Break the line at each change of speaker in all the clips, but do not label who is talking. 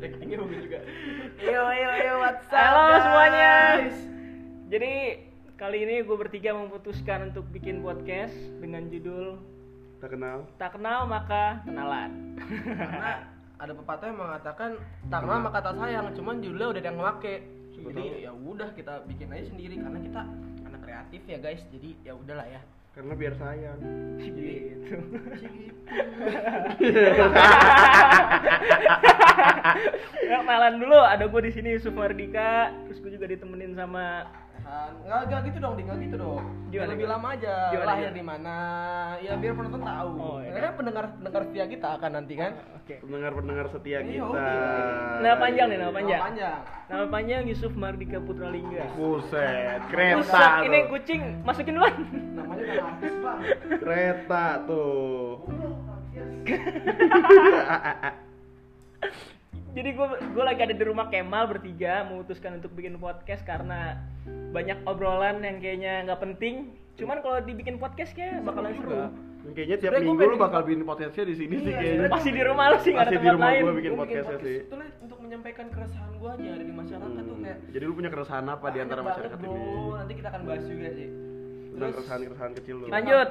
Rekeningnya bagus juga.
Yo yo yo what's up?
Halo
guys?
semuanya. Jadi kali ini gue bertiga memutuskan untuk bikin podcast dengan judul
tak kenal
Tak Kenal Maka Kenalan.
Karena ada pepatah yang mengatakan tak kenal sama kata sayang, cuman judulnya udah ada yang ngewake.
Iya.
Jadi ya udah kita bikin aja sendiri karena kita anak kreatif ya guys. Jadi ya udahlah ya.
karena biar sayang Iya.
Gitu. Ya, kenalan dulu, ada gue di sini Yusuf Mardika, terus gue juga ditemenin sama
Kan nggak nggak gitu dong, Dik, nggak gitu dong. Biar
Gimana,
lebih
gimana?
lama aja.
Gimana,
Lahir
gimana?
di mana? Ya biar penonton tahu.
Oh, iya.
Karena pendengar pendengar setia kita akan nanti kan.
Oke.
pendengar-pendengar setia
Iya,
kita
oke.
Nah, panjang nih, nama panjang.
Nama panjang.
Nama panjang Yusuf Mardika Putralingga.
buset kereta
Buset,
tuh
ini kucing masukin duluan.
Namanya udah artis, Bang.
kereta tuh
Jadi gue gue lagi ada di rumah Kemal bertiga memutuskan untuk bikin podcast karena banyak obrolan yang kayaknya nggak penting. Cuman kalau dibikin podcast
Iya,
kayak bakalan seru.
kayaknya tiap
Sebenernya gua
minggu lu
pengen-
bakal bikin podcastnya di sini
Iya,
sih kayaknya Hmm,
sebenernya-
Masih di rumah lu sih nggak ada
Masih di
tempat
rumah
lain.
gua bikin
Gua
podcastnya sih
itu lah untuk menyampaikan keresahan gue aja dari masyarakat tuh
Hmm,
kayak
jadi lu punya keresahan apa di antara
banyak
masyarakat
banget,
ini
bro. nanti kita akan bahas juga sih
tentang keresahan-keresahan kecil lu
Lanjut.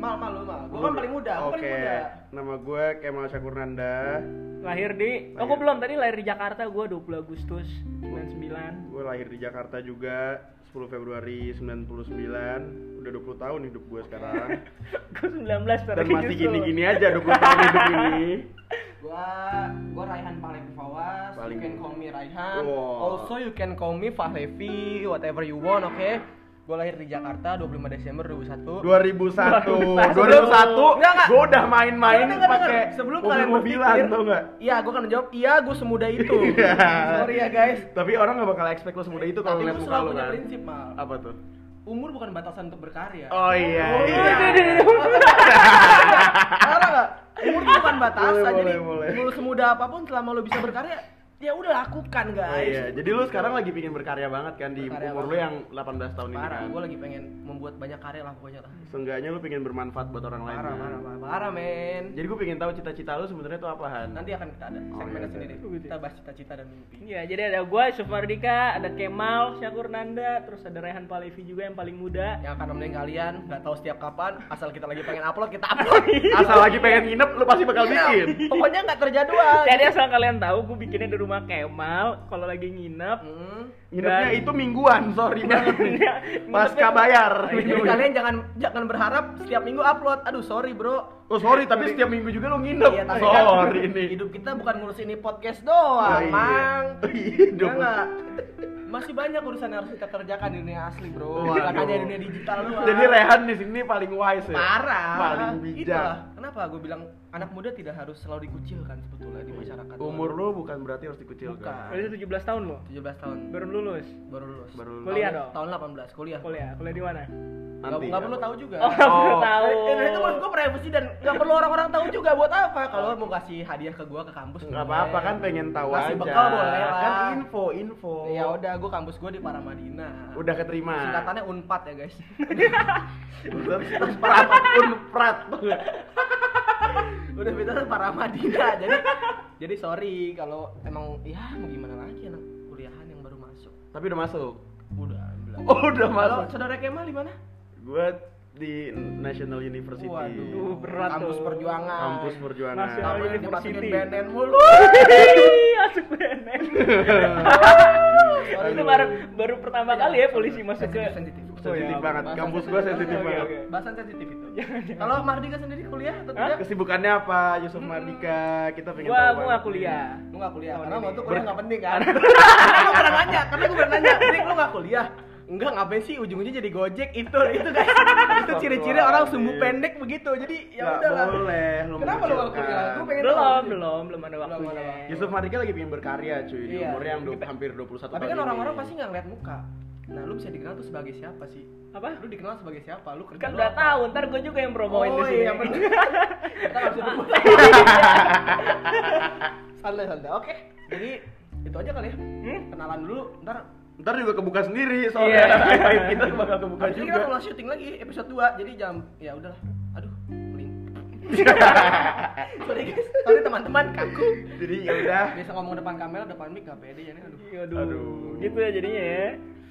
mal mal lu mal gue kan paling muda gue
Oke,
paling muda
nama gue Kemal Syakurnanda.
Lahir di Oh, gue belum tadi lahir di Jakarta gue 20 Agustus 99.
Gue lahir di Jakarta juga 10 Februari 99. Udah 20 tahun hidup gue sekarang.
Gue 19
Dan
tadi
masih
justru.
gini-gini aja 20 tahun hidup ini.
gue gue Raihan Pahlevi Fawas
Paling-
you can call me Raihan
Wow.
also you can call me Fahlevi whatever you want oke gue lahir di Jakarta 25 Desember 2001
2001.
2001. Enggak, enggak.
2001 gue udah main-main
Dengar, dengar,
pakai
dengar. sebelum kalian
mobil-mobilan
berpikir,
tau nggak?
Iya, gue akan jawab. Iya, gue semudah itu.
Iya.
Sorry ya guys.
Tapi orang gak bakal expect lo semudah itu kalau
Tapi
ngeliat
gue
muka
selalu
lo
punya
kan.
prinsip mal.
Apa tuh?
Umur bukan batasan untuk berkarya.
Oh iya. iya.
Parah nggak? Umur itu bukan batasan,
Boleh,
jadi
boleh, boleh.
lu semuda apapun selama lu bisa berkarya, ya udah lakukan guys.
Oh iya, jadi lu sekarang lagi pingin berkarya banget kan di
Berkarya
umur lu yang 18 tahun ini
Parah,
kan. Iya.
gue lagi pengen membuat banyak karya lah pokoknya lah.
Seenggaknya lu pingin bermanfaat buat orang lain.
Parah,
kan?
parah, parah, parah men.
Jadi gue pengen tahu cita-cita lu sebenarnya tuh apaan?
Nanti akan kita ada
Oh,
segmennya
iya,
sendiri.
iya.
Kita bahas cita-cita dan mimpi.
Iya, jadi ada gue, Yusuf Mardika, ada Kemal, Syakurnanda, terus ada Rehan Palevi juga yang paling muda.
Yang akan nemenin kalian, nggak tahu setiap kapan, asal kita lagi pengen upload, kita upload.
Asal lagi pengen nginep, lu pasti bakal bikin.
pokoknya nggak terjadwal.
Jadi asal kalian tahu, gue bikinnya di rumah Kemal. Kalau lagi nginep,
Hmm.
Nginepnya
Dan-
itu mingguan, sorry banget nih.
Iya,
Pasca
nginepnya-
bayar.
Jadi kalian jangan jangan berharap setiap minggu upload. Aduh, sorry bro.
Oh sorry, tapi setiap minggu juga lu nginep.
Iya, tapi kan
sorry nih.
hidup kita bukan ngurus ini podcast doang,
Oh, iya.
Mang.
Hidup.
Ya nggak? Masih banyak urusan yang harus kita kerjakan di dunia asli, Bro.
Waduh.
Bukan hanya di dunia digital doang.
Jadi Rehan di sini paling wise ya.
parah.
Paling
Itulah.
bijak.
Kenapa gue bilang anak muda tidak harus selalu dikucilkan sebetulnya di masyarakat.
Umur lu bukan berarti harus dikucilkan.
Bukan.
Berarti 17 tahun loh,
17 tahun
baru lulus.
baru lulus.
Baru lu-
Kuliah
Tahun-
dong.
Tahun 18 kuliah.
Kuliah, kuliah di mana?
Nggak,
Nanti. ya.
nggak perlu tahu juga.
Oh, nggak perlu
Oh.
tahu.
Eh, itu menurut gue privacy dan nggak perlu orang-orang tahu juga buat apa. Kalau mau kasih hadiah ke gue ke kampus.
Enggak
boleh.
apa-apa kan pengen tahu
Kasih
aja.
bekal boleh lah.
Kan info, info.
Ya udah, gue kampus gue di Paramadina.
Udah keterima.
Singkatannya Unpad ya guys.
Terus prat pun prat.
Udah beda Paramadina. Jadi jadi sorry kalau emang ya mau gimana lagi anak kuliahan yang baru masuk.
Tapi udah masuk.
Udah. bilang.
Oh, udah
Kalau
masuk.
saudara Kemal di mana?
Gue di National University.
Duh, berat
Kampus
tuh.
Perjuangan.
Kampus Perjuangan.
National
Kamu yang
University.
dimasukin BNN mulu.
Hei, Iya, Masuk BNN.
Sorry.
itu baru baru pertama kali ya polisi masuk ke.
Sensitif, sensitif.
Sensitif
Oh, ya.
banget. Kampus gue sensitif
Oke,
banget.
oke.
Bahasan sensitif itu. Kalau Mardika sendiri kuliah atau
Hah?
tidak?
Kesibukannya apa, Yusuf Mardika? Kita pengen
Gua gua
tahu. banget. Iya.
nggak kuliah.
Lu gak kuliah,
Tahun
karena
ini.
waktu itu kuliah gak penting kan? Karena gue pernah nanya, karena gue pernah nanya, Rick lu gak kuliah? Enggak, ngapain sih ujung-ujungnya jadi gojek itu itu guys. itu ciri-ciri orang sumbu pendek begitu. Jadi ya
Nggak
udahlah.
boleh, lu
Kenapa lu gak
mengucilkan.
kuliah? Gue pengen
Belum,
tahu.
belum, belum ada
Belum ada
waktunya.
waktu.
Yusuf Mardika lagi pengen berkarya cuy di
Iya.
umurnya yang du- hampir 21 tahun
Tapi kan
ini.
orang-orang pasti gak ngeliat muka. Nah, lu bisa dikenal tuh sebagai siapa sih?
Apa?
Lu dikenal sebagai siapa? Lu kerja
Kan
lu
udah
apa?
tahu, ntar gue juga yang promoin di
Oh
sini.
iya, bener. Kita harus sebut. Santai, santai. Oke. Jadi itu aja kali ya.
Hmm?
Kenalan dulu, ntar
Ntar juga kebuka sendiri
Iya.
soalnya aib-aib
kan
kita bakal kebuka
Habis ini
juga.
kita mulai syuting lagi episode 2 jadi jam ya udahlah. Aduh, peling. sorry guys sorry teman-teman kaku
Jadi ya udah.
biasa ngomong depan kamera depan mic gak pede ya nih aduh
Aduh.
Aduh.
Gitu ya jadinya ya.